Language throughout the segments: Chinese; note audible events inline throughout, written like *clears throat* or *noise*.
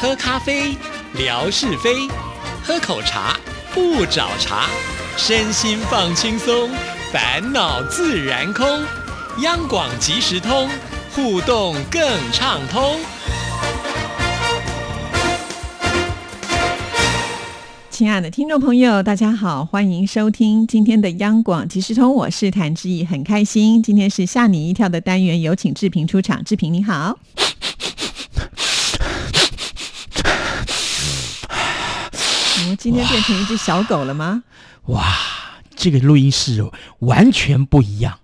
喝咖啡，聊是非；喝口茶，不找茬。身心放轻松，烦恼自然空。央广即时通，互动更畅通。亲爱的听众朋友，大家好，欢迎收听今天的央广即时通，我是谭志毅，很开心，今天是吓你一跳的单元，有请志平出场，志平你好。我们哦今天变成一只小狗了吗？哇，这个录音室完全不一样，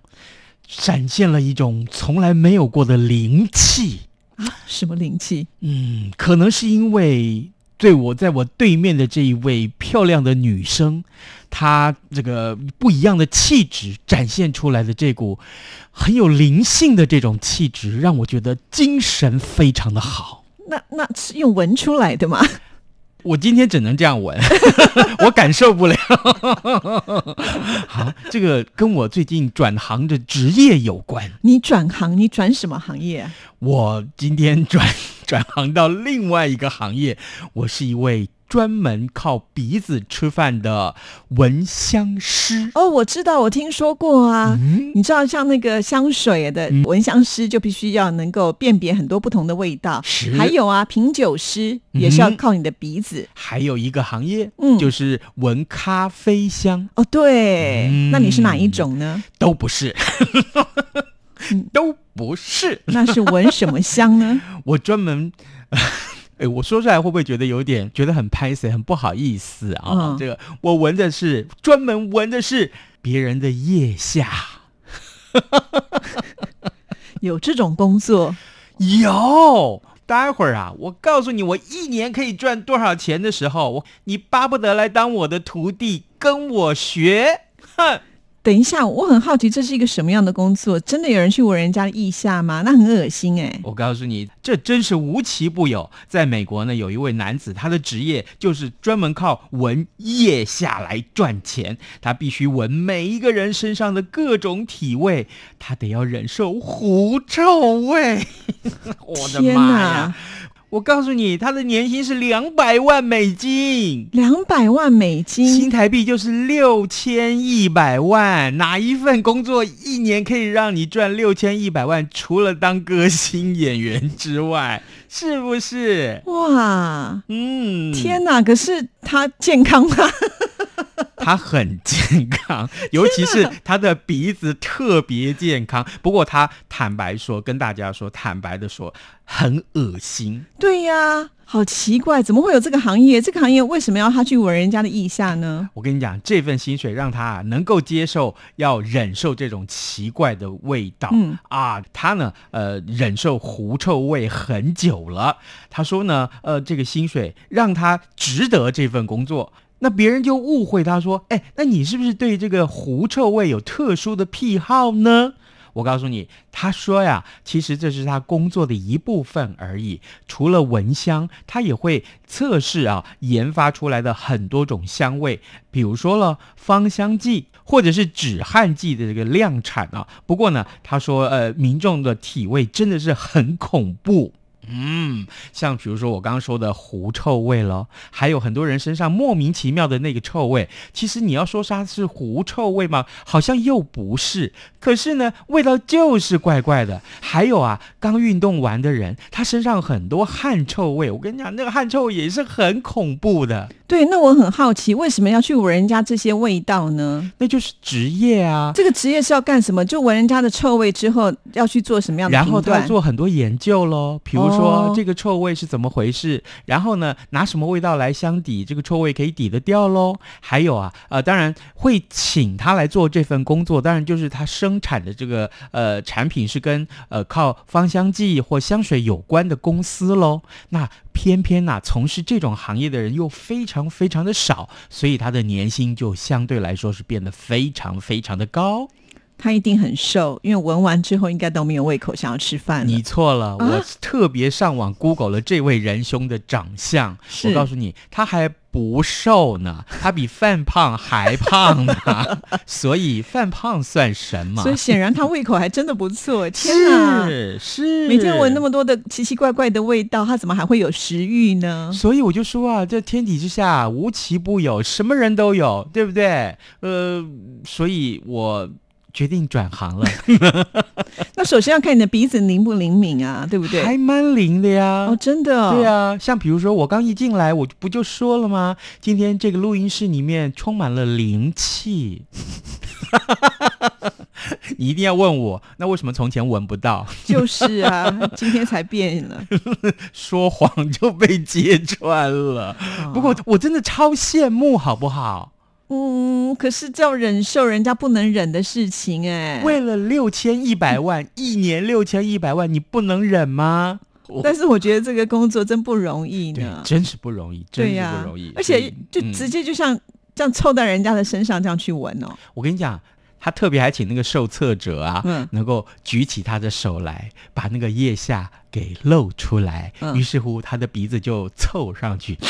展现了一种从来没有过的灵气。啊，什么灵气？嗯，可能是因为对我在我对面的这一位漂亮的女生，她这个不一样的气质展现出来的这股很有灵性的这种气质，让我觉得精神非常的好。那那是用闻出来的吗？我今天只能这样闻， *laughs* 我感受不了。 *laughs* 好，这个跟我最近转行的职业有关。你转行，你转什么行业啊？我今天转转行到另外一个行业，我是一位专门靠鼻子吃饭的闻香师。哦，我知道，我听说过啊。嗯，你知道，像那个香水的嗯闻香师，就必须要能够辨别很多不同的味道。是还有啊，品酒师也是要嗯哼靠你的鼻子。还有一个行业，嗯就是闻咖啡香，哦，对，嗯那你是哪一种呢？都不是嗯， *laughs* 都不是。那是闻什么香呢？ *laughs* 我专门。 *laughs* 哎，我说出来会不会觉得有点觉得很拍死，很不好意思啊？嗯这个我闻的是专门闻的是别人的腋下，有这种工作，有。待会儿啊，我告诉你，我一年可以赚多少钱的时候，我你巴不得来当我的徒弟，跟我学。哼，等一下，我很好奇，这是一个什么样的工作？真的有人去闻人家的腋下吗？那很恶心哎、我告诉你，这真是无奇不有。在美国呢，有一位男子，他的职业就是专门靠闻腋下来赚钱。他必须闻每一个人身上的各种体味，他得要忍受狐臭味。 *laughs* 我的天妈哪呀！我告诉你，他的年薪是两百万美金。两百万美新金，台币就是六千一百万，哪一份工作一年可以让你赚六千一百万？除了当歌星演员之 *laughs* 外，是不是？哇！嗯，天哪！可是他健康吗？他很健 *laughs* 康，尤其是他的鼻子特别健康。不过他坦白说，跟大家说，坦白的说，很恶心。对呀、好奇怪，怎么会有这个行业？这个行业为什么要他去闻人家的腋下呢？我跟你讲，这份薪水让他啊能够接受，要忍受这种奇怪的味道。嗯啊，他呢，呃，忍受狐臭味很久了。他说呢，呃，这个薪水让他值得这份工作。那别人就误会他说，哎，那你是不是对这个狐臭味有特殊的癖好呢？我告诉你，他说呀，其实这是他工作的一部分而已。除了蚊香，他也会测试啊，研发出来的很多种香味，比如说了芳香剂或者是止汗剂的这个量产啊。不过呢，他说呃，民众的体味真的是很恐怖。嗯，像比如说我刚刚说的狐臭味咯，还有很多人身上莫名其妙的那个臭味，其实你要说它是狐臭味吗？好像又不是，可是呢，味道就是怪怪的。还有啊，刚运动完的人，他身上很多汗臭味，我跟你讲，那个汗臭也是很恐怖的，对，那我很好奇，为什么要去闻人家这些味道呢？那就是职业啊。这个职业是要干什么？就闻人家的臭味之后，要去做什么样的然后评他断？做很多研究喽，比如说哦这个臭味是怎么回事，然后呢拿什么味道来相抵，这个臭味可以抵得掉喽。还有啊，呃，当然会请他来做这份工作，当然就是他生产的这个呃产品是跟呃靠芳香剂或香水有关的公司喽。那偏偏呐、从事这种行业的人又非常非常的少，所以他的年薪就相对来说是变得非常非常的高。他一定很瘦，因为闻完之后应该都没有胃口想要吃饭了。你错了，啊我特别上网 Google 了这位仁兄的长相。是我告诉你，他还不瘦呢，他比范胖还胖呢。 *laughs* 所以范胖算什么所？以显然他胃口还真的不 *laughs* 错。天哪！是是，每天闻那么多的奇奇怪怪的味道，他怎么还会有食欲呢？所以我就说啊，这天底之下无奇不有，什么人都有，对不对？呃，所以我决定转行了，那首先要看你的鼻子灵不灵敏啊， *laughs* 对不对？还蛮灵的呀。哦，真的、哦，对，啊，像比如说我刚一进来，我不就说了吗？今天这个录音室里面充满了灵 *laughs* 气。你一定要问我，那为什么从前闻不到？就是啊， *laughs* 今天才变了。说谎就被揭穿了。 *laughs* 不哦过我真的超羡慕，好不好？嗯，可是这要忍受人家不能忍的事情、哎，为了六千一百万， *laughs* 一年六千一百万，你不能忍吗？我但是我觉得这个工作真不容易对呢，，真是不容易，真哎对是呀、不容易。而所且以就嗯直接就像这样凑到人家的身上这样去闻哦，我跟你讲，他特别还请那个受测者啊，嗯能够举起他的手来，把那个腋下给露出来。嗯于是乎，他的鼻子就凑上去。 *laughs*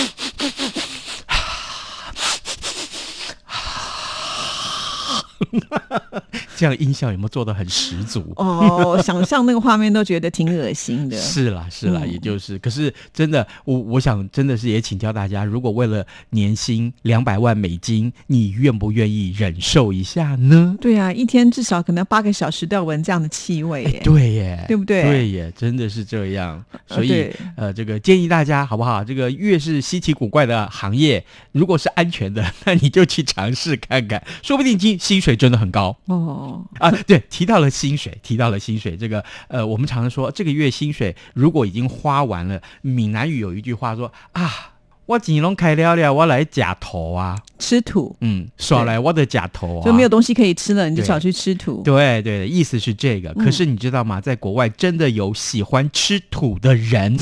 这样音效有没有做的很十足？哦， *laughs* 想象那个画面都觉得挺恶心的。是啦，是啦，嗯也就是，可是真的，我我想真的是也请教大家，如果为了年薪两百万美金，你愿不愿意忍受一下呢？对啊，一天至少可能八个小时都要闻这样的气味耶。哎对耶，对不对啊对耶，真的是这样。所以对呃，这个建议大家好不好？这个越是稀奇古怪的行业，如果是安全的， *laughs* 那你就去尝试看看，说不定薪薪水真的很高哦，啊。对，提到了薪水，提到了薪水，这个呃，我们常常说这个月薪水如果已经花完了，闽南语有一句话说啊。我钱拢开了了，我来假头啊，吃土。嗯，耍来我的假头啊，就没有东西可以吃了，你就对少去吃土。对对，意思是这个。可是你知道吗？在国外真的有喜欢吃土的人，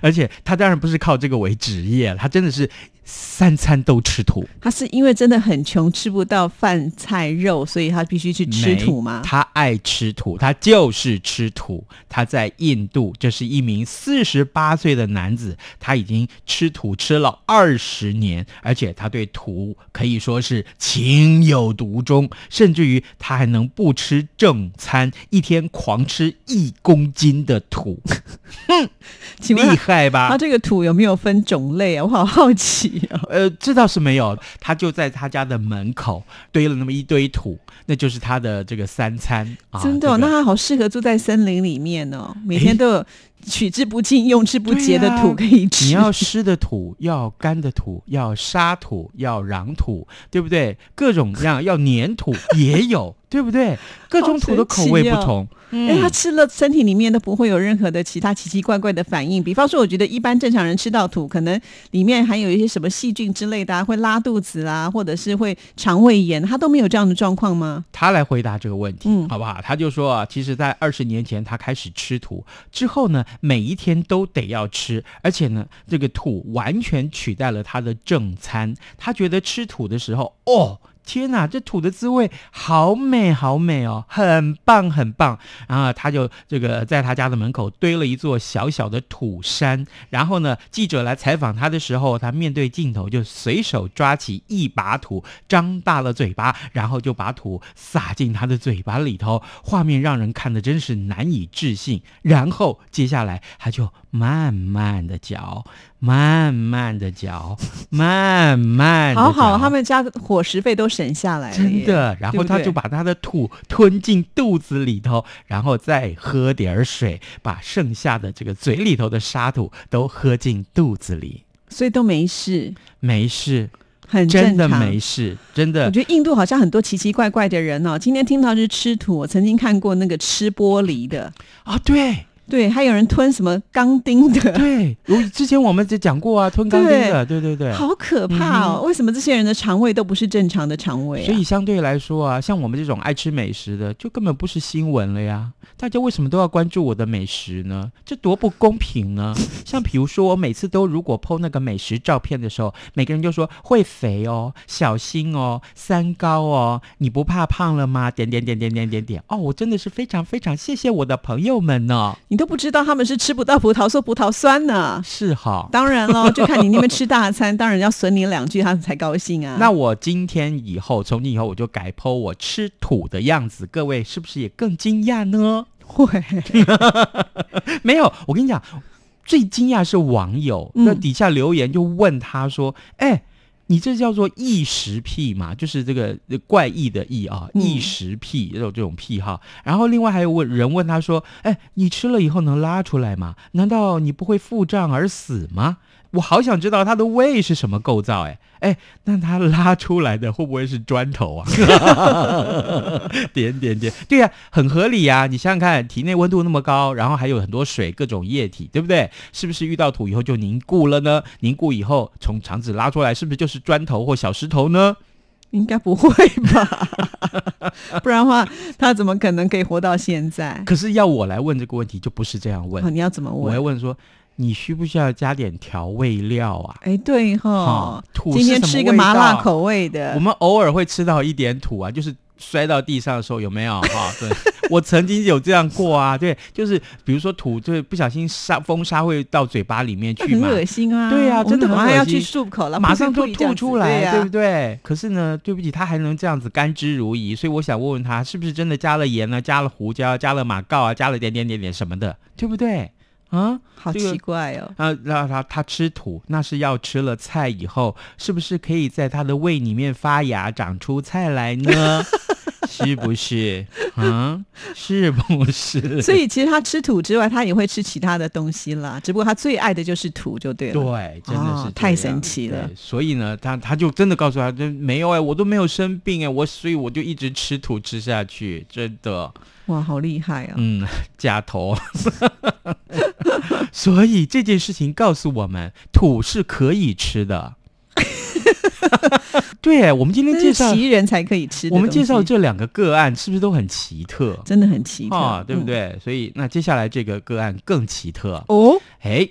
而且他当然不是靠这个为职业，他真的是三餐都吃土。他是因为真的很穷，吃不到饭菜肉，所以他必须去吃土吗没？他爱吃土，他就是吃土。他在印度，这是一名四十八岁的男子，他已经吃土吃了二十年，而且他对土可以说是情有独钟，甚至于他还能不吃正餐，一天狂吃一公斤的土，请问厉他害吧？他这个土有没有分种类啊？我好好奇啊！呃，这倒是没有，他就在他家的门口堆了那么一堆土，那就是他的这个三餐啊。真的哦、这个那他好适合住在森林里面哦，每天都有取之不尽、用之不竭的对呀啊土可以吃。你要湿的土，要干的土，要沙土，要壤土，对不对？各种各样，要粘土也有，对不对？各种土的口味不同。哎、他吃了身体里面都不会有任何的其他奇奇怪怪的反应。比方说，我觉得一般正常人吃到土，可能里面含有一些什么细菌之类的、啊，会拉肚子啊，或者是会肠胃炎，他都没有这样的状况吗？他来回答这个问题，嗯好不好？他就说啊，其实，在二十年前他开始吃土之后呢，每一天都得要吃，而且呢，这个土完全取代了他的正餐。他觉得吃土的时候，哦。天呐，这土的滋味好美好美哦，很棒很棒。然后他就这个在他家的门口堆了一座小小的土山。然后呢，记者来采访他的时候，他面对镜头就随手抓起一把土，张大了嘴巴，然后就把土撒进他的嘴巴里头。画面让人看的真是难以置信。然后接下来他就慢慢的嚼，慢慢的嚼，慢慢的好好，他。们家伙食费都省下来了真耶，的，然对后不他对就把他的土吞进肚子里头，然后再喝点儿水，把剩下的这个嘴里头的沙土都喝进肚子里，所以都没事，没事，很正真的常没事，真我的。觉得印度好像很多奇奇怪怪的人哦。今天听到是吃土，我曾经看过那个吃玻璃的，啊，对，对，还有人吞什么钢钉的，对， *laughs* 我之前我们就讲过啊，吞钢钉的，对对对。嗯好可怕哦！为什么这些人的肠胃都不是正常的肠胃、啊？所以相对来说啊，像我们这种爱吃美食的，就根本不是新闻了呀。大家为什么都要关注我的美食呢？这多不公平 *laughs* 呢！像比如说，我每次都如果 PO 那个美食照片的时候，每个人就说会肥哦，小心哦，三高哦，你不怕胖了吗？点点点点点点点。哦，我真的是非常非常谢谢我的朋友们呢、你都不知道他们是吃不到葡萄说葡萄酸呢、是哈。当然 *laughs* 喽，就看你那边吃大餐，当然要损你两句，他才高兴啊。那我今天以后，从今以后我就改 PO 我吃土的样子，各位是不是也更惊讶呢？会， *laughs* 没有，我跟你讲，最惊讶是网友，嗯那底下留言就问他说：“哎、你这叫做异食癖嘛？就是这个呃怪异的异啊，嗯异食癖这种这种癖好。”然后另外还有问人问他说：“哎、你吃了以后能拉出来吗？难道你不会腹胀而死吗？”我好想知道他的胃是什么构造、哎哎，那他拉出来的会不会是砖头啊？ *laughs* 点点点，对呀、很合理呀、你想想看，体内温度那么高，然后还有很多水、各种液体，对不对？是不是遇到土以后就凝固了呢？凝固以后从肠子拉出来，是不是就是砖头或小石头呢？应该不会吧？ *laughs* 不然的话，他怎么可能可以活到现在？可是要我来问这个问题，就不是这样问，哦，你要怎么我问要？问说，你需不需要加点调味料啊？哎，对哈哦，土今天是什么吃一个味麻辣道口味的我，们偶尔会吃到一点土啊，就是摔到地上的时候有没有？ *laughs* 哈、对，我曾经有这样过啊，对，就是比如说土，就是不小心沙风沙会到嘴巴里面那去很嘛，恶心啊！对呀我们真的马很上恶要去心漱口了，啊马上就不是故意这吐样出子来，对呀对不对？可是呢，对不起，他还能这样子甘之如饴，所以我想问问他，是不是真的加了盐呢？加了胡椒，加了马告啊，加了点点点点什么的，对不对？啊好这个奇怪哦。啊，让他他吃土，那是要吃了菜以后，是不是可以在他的胃里面发芽，长出菜来呢？是不是？啊，是不是？所以其实他吃土之外，他也会吃其他的东西啦，只不过他最爱的就是土，就对了。对，真的是、哦太神奇了。所以呢，他他就真的告诉他，就没有哎、我都没有生病哎、我所以我就一直吃土吃下去，真的，哇，好厉害啊！嗯，假头。 *laughs* 所以这件事情告诉我们，土是可以吃 *laughs* 的。对，我们今天这介是绍，奇人才可以吃的我们东西介绍这两个个案，是不是都很奇特？真的很奇特，啊、对不嗯？对？所以那接下来这个个案更奇特，哦，哎，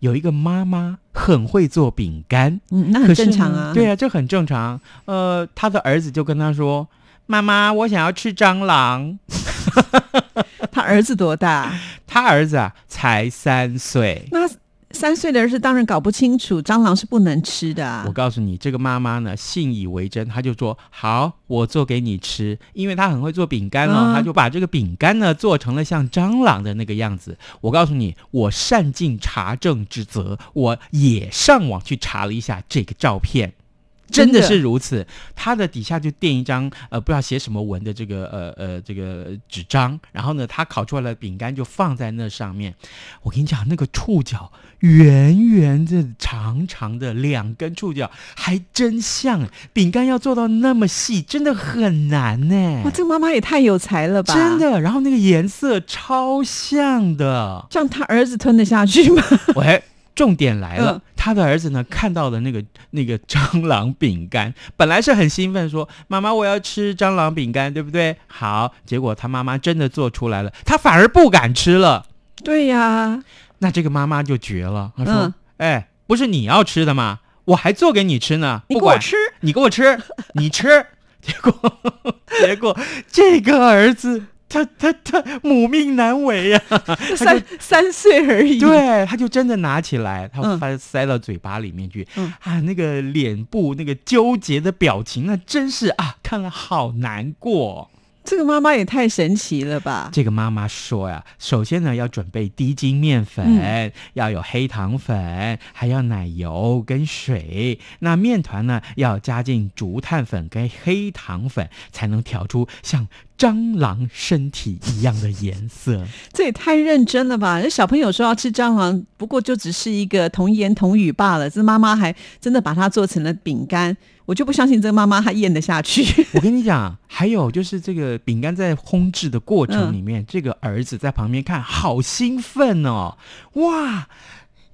有一个妈妈很会做饼干，嗯，那可很是正常呢啊。对，啊，这很正常。呃，他的儿子就跟他说：“妈妈，我想要吃蟑螂。他儿子多大？”他儿子啊，才三岁。那三岁的儿子当然搞不清楚，蟑螂是不能吃的啊我。告诉你，这个妈妈呢信以为真，她就说好，我做给你吃，因为她很会做饼干哦，啊她就把这个饼干呢做成了像蟑螂的那个样子。我告诉你，我善尽查证之责，我也上网去查了一下这个照片。真真的的是如此，它的底下就垫一张呃不知道写什么文的这个呃呃这个纸张，然后呢，它烤出来的饼干就放在那上面。我跟你讲，那个触角圆圆的、长长的，两根触角还真像。饼干要做到那么细，真的很难呢、哇，这个妈妈也太有才了吧！，真，的。然后那个颜色超像的 *laughs* 这样他儿子吞得下去 *laughs* 吗？喂。重点来了嗯，他的儿子呢看到了那个那个蟑螂饼干，本来是很兴奋说，妈妈我要吃蟑螂饼干，对不对？好，结果他妈妈真的做出来了，他反而不敢吃了。对呀、那这个妈妈就绝了，她说：“嗯哎，不是你要吃的吗？我还做给你吃呢，你不给我管吃， *laughs* 你给我 *laughs* 吃，你吃。” *laughs* 结果，结果这个儿子，他他他母命难违 *laughs* 呀、三三岁而已。，对，他就真的拿起来，他嗯塞塞到嘴巴里面去，嗯啊，那个脸部那个纠结的表情，那真是啊，看了好难过。这个妈妈也太神奇了吧！这个妈妈说呀，首先呢要准备低筋面粉，要有黑糖粉，还要奶油跟水。那面团呢要加进竹炭粉跟黑糖粉，才能调出像蟑螂身体一样的颜色。这也太认真了吧！那小朋友说要吃蟑螂，不过就只是一个童言童语罢了。这妈妈还真的把它做成了饼干，我就不相信这妈妈还咽得下去。 *laughs* 我跟你讲，还有就是这个饼干在烘制的过程里嗯面，这个儿子在旁边看，好兴奋哦！哇，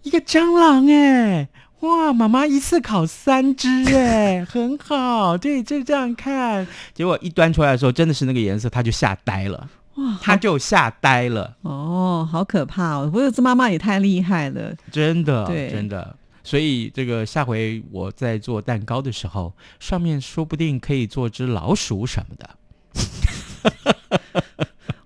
一个蟑螂哎！哇，妈妈一次烤三只哎，很好，对，就这样看。结果一端出来的时候，真的是那个颜色，他就吓呆了，哇，他就吓呆了，哦，好可怕哦！不过这妈妈也太厉害了。真的，对真的。所以这个下回我在做蛋糕的时候，上面说不定可以做只老鼠什么的。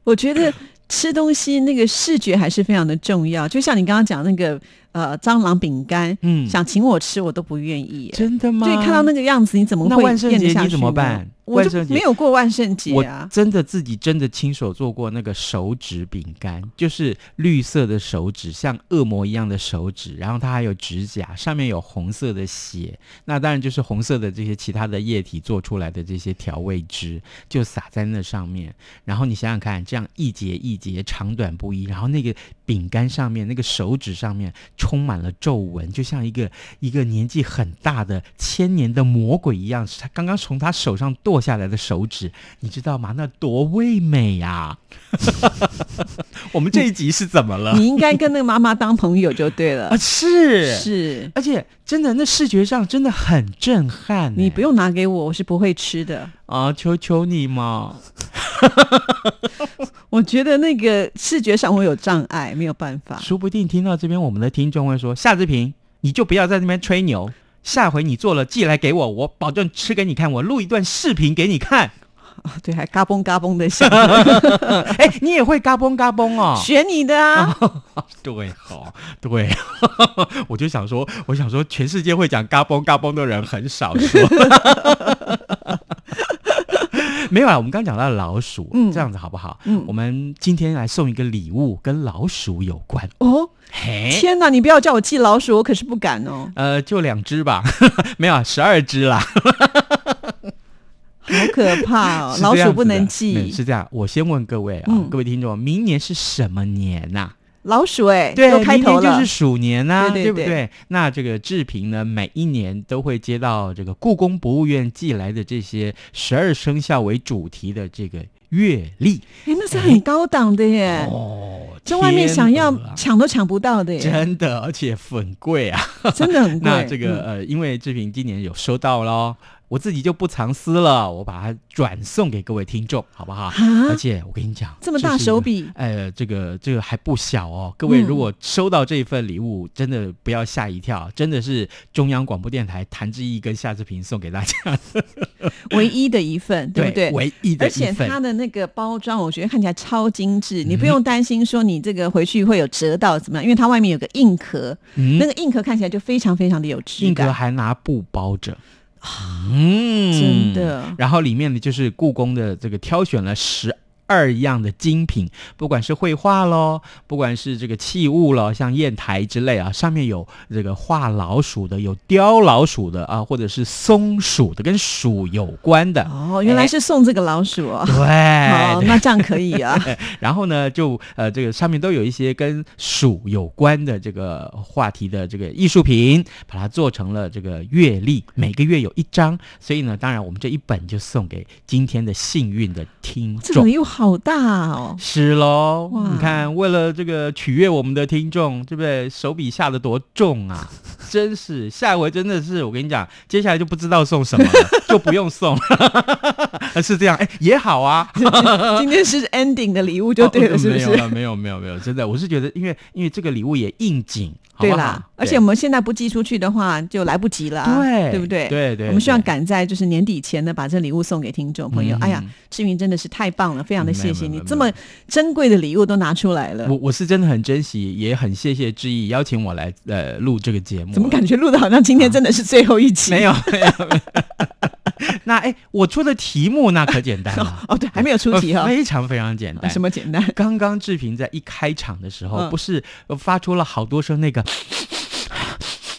我觉得吃东西那个视觉还是非常的重要。就像你刚刚讲那个呃蟑螂饼干，嗯，想请我吃我都不愿意耶。真的吗？对，看到那个样子，你怎么那会万圣咽得节下你怎去么呢办我万就圣节没有过万圣节我啊。真的自己真的亲手做过那个手指饼干，就是绿色的手指，像恶魔一样的手指，然后它还有指甲，上面有红色的血，那当然就是红色的这些其他的液体做出来的这些调味汁，就撒在那上面。然后你想想看，这样一节一节长短不一，然后那个饼干上面那个手指上面充满了皱纹，就像一个一个年纪很大的千年的魔鬼一样，是他刚刚从他手上剁下来的手指，你知道吗？那多味美啊呀、 *laughs* 我们这一集是怎么了？ *laughs* 你应该跟那个妈妈当朋友就对 *laughs* 了啊，。 *laughs* 是，是而且真的那视觉上真的很震撼、你不用用拿给我，我是不会吃的。啊，求求你嘛！我觉得那个视觉上我有障碍，没有办法。说不定听到这边我们的听众会说：“夏志平，你就不要在那边吹牛。”下回你做了寄来给我，我保证吃给你看，我录一段视频给你 *laughs* 看。哦 *laughs* 对，还嘎嘣嘎嘣的响， *laughs* 哎、你也会嘎嘣嘎嘣 *laughs* 哦？学你 *laughs* 的啊！对，好，对，哦 *laughs* 我就想说，我想说，全世界会讲嘎嘣嘎嘣的人很少说。 *laughs* 没有啊，我们刚讲到老鼠，嗯这样子好不好？嗯我们今天来送一个礼物，跟老鼠有关。哦，嘿，天哪！你不要叫我记老鼠，我可是不敢哦，呃，就两只吧， *laughs* 没有啊，十二只啦。好可怕 *laughs* 哦，是老这样鼠子不的能嗯记。是这样，我先问各位啊，嗯各位听众，明年是什么年呐、老鼠哎，对，又开头明年了就是。鼠年呐、对对不对对？那这个志平呢，每一年都会接到这个故宫博物院寄来的这些十二生肖为主题的这个月历哎，那是很高档的耶，哦，在外面天想要鹅啊抢都抢不到的耶，真的，而且很贵啊。真的很贵。那这个嗯呃，因为志平今年有收到喽，我自己就不藏私了，我把它转送给各位听众，好不好？啊而且我跟你讲，这么大是一手个 *clears throat* 笔呃，这个这个还不小哦。各位嗯如果收到这份礼物，真的不要吓一跳，真的是中央广播电台谭志毅跟夏志平送给大家，唯一的一份，对不对？唯一的而一且份。嗯它的那个包装，我觉得看起来超精致，你不用担心说你这个回去会有折到怎么样，因为它外面有个硬壳，嗯那个硬壳看起来就非常非常的有质硬壳感，啊还拿布包着，嗯真的然后里面呢，就是故宫的这个挑选了十。二样的精品，不管是绘画喽，不管是这个器物喽，像砚台之类啊，上面有这个画老鼠的，有雕老鼠的啊，或者是松鼠的，跟鼠有关的。哦，原来是送这个老鼠哦，哎对哦，，那这样可以 *laughs* 啊，然后呢，就呃，这个上面都有一些跟鼠有关的这个话题的这个艺术品，把它做成了这个月历，每个月有一张。所以呢，当然我们这一本就送给今天的幸运的听这个众。又好大哦，是喽，哇你看，为了这个取悦我们的听众，对不对？手笔下的多重啊，真是下回真的是我跟你讲，接下来就不知道送什么了，就不用送， *laughs* 是这样，哎，也好啊，今天是 ending 的礼物就对了，哦是不没有是？了，没有，没有，没有，真的，我是觉得，因为因为这个礼物也应景，好对不好啦，而且我们现在不寄出去的话，就来不及了啊，对对不对？对对我们希望对赶在就是年底前呢，把这礼物送给听众朋友。嗯哎呀，志云真的是太棒了，非常的谢谢没有没你有，这么珍贵的礼物都拿出来了我，我是真的很珍惜，也很谢谢志毅邀请我来呃录这个节目。怎么感觉录的好像今天真的是最后一集？没有 *laughs* 没有？没有 *laughs* 那哎，我出的题目那可简单了，哦，对，还没有 *laughs* 出题哈、非常非常简哦，单。什么简单？刚刚志平在一开场的时候，嗯不是呃发出了好多声那个 *laughs*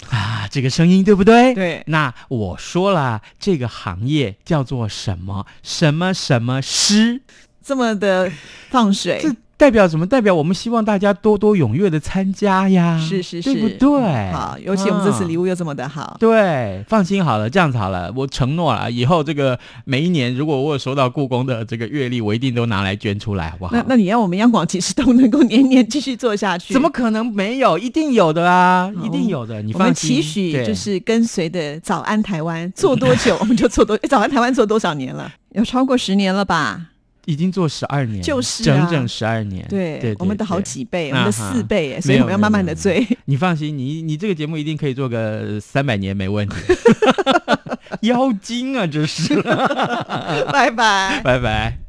啊这个声音，对不对？对那我说了，这个行业叫做什么什么什么师？这么的放水，这代表什么？代表我们希望大家多多踊跃的参加呀，是是对不是对？好，尤其我们这次嗯礼物又这么的好，对，放心好了，这样子好了，我承诺了，以后这个每一年，如果我有收到故宫的这个月历，我一定都拿来捐出来，好不好？那那你要我们央广即时通能够年年继续做下去，怎么可能没有？一定有的啊，一定有的，你我放们心。期许对就是跟随的早安台湾做多久， *laughs* 我们就做多。诶早安台湾做多少年了？有超过十年了吧？已经做十二年了，就是啊整整十二年。对，对，我们的好对。几对倍，我们的啊哈四倍耶，所没以有我们要慢慢的没有没追。你放心，你你这个节目一定可以做个三百年没问题。 *laughs* 妖精啊，这是！ *laughs* 拜拜。拜拜。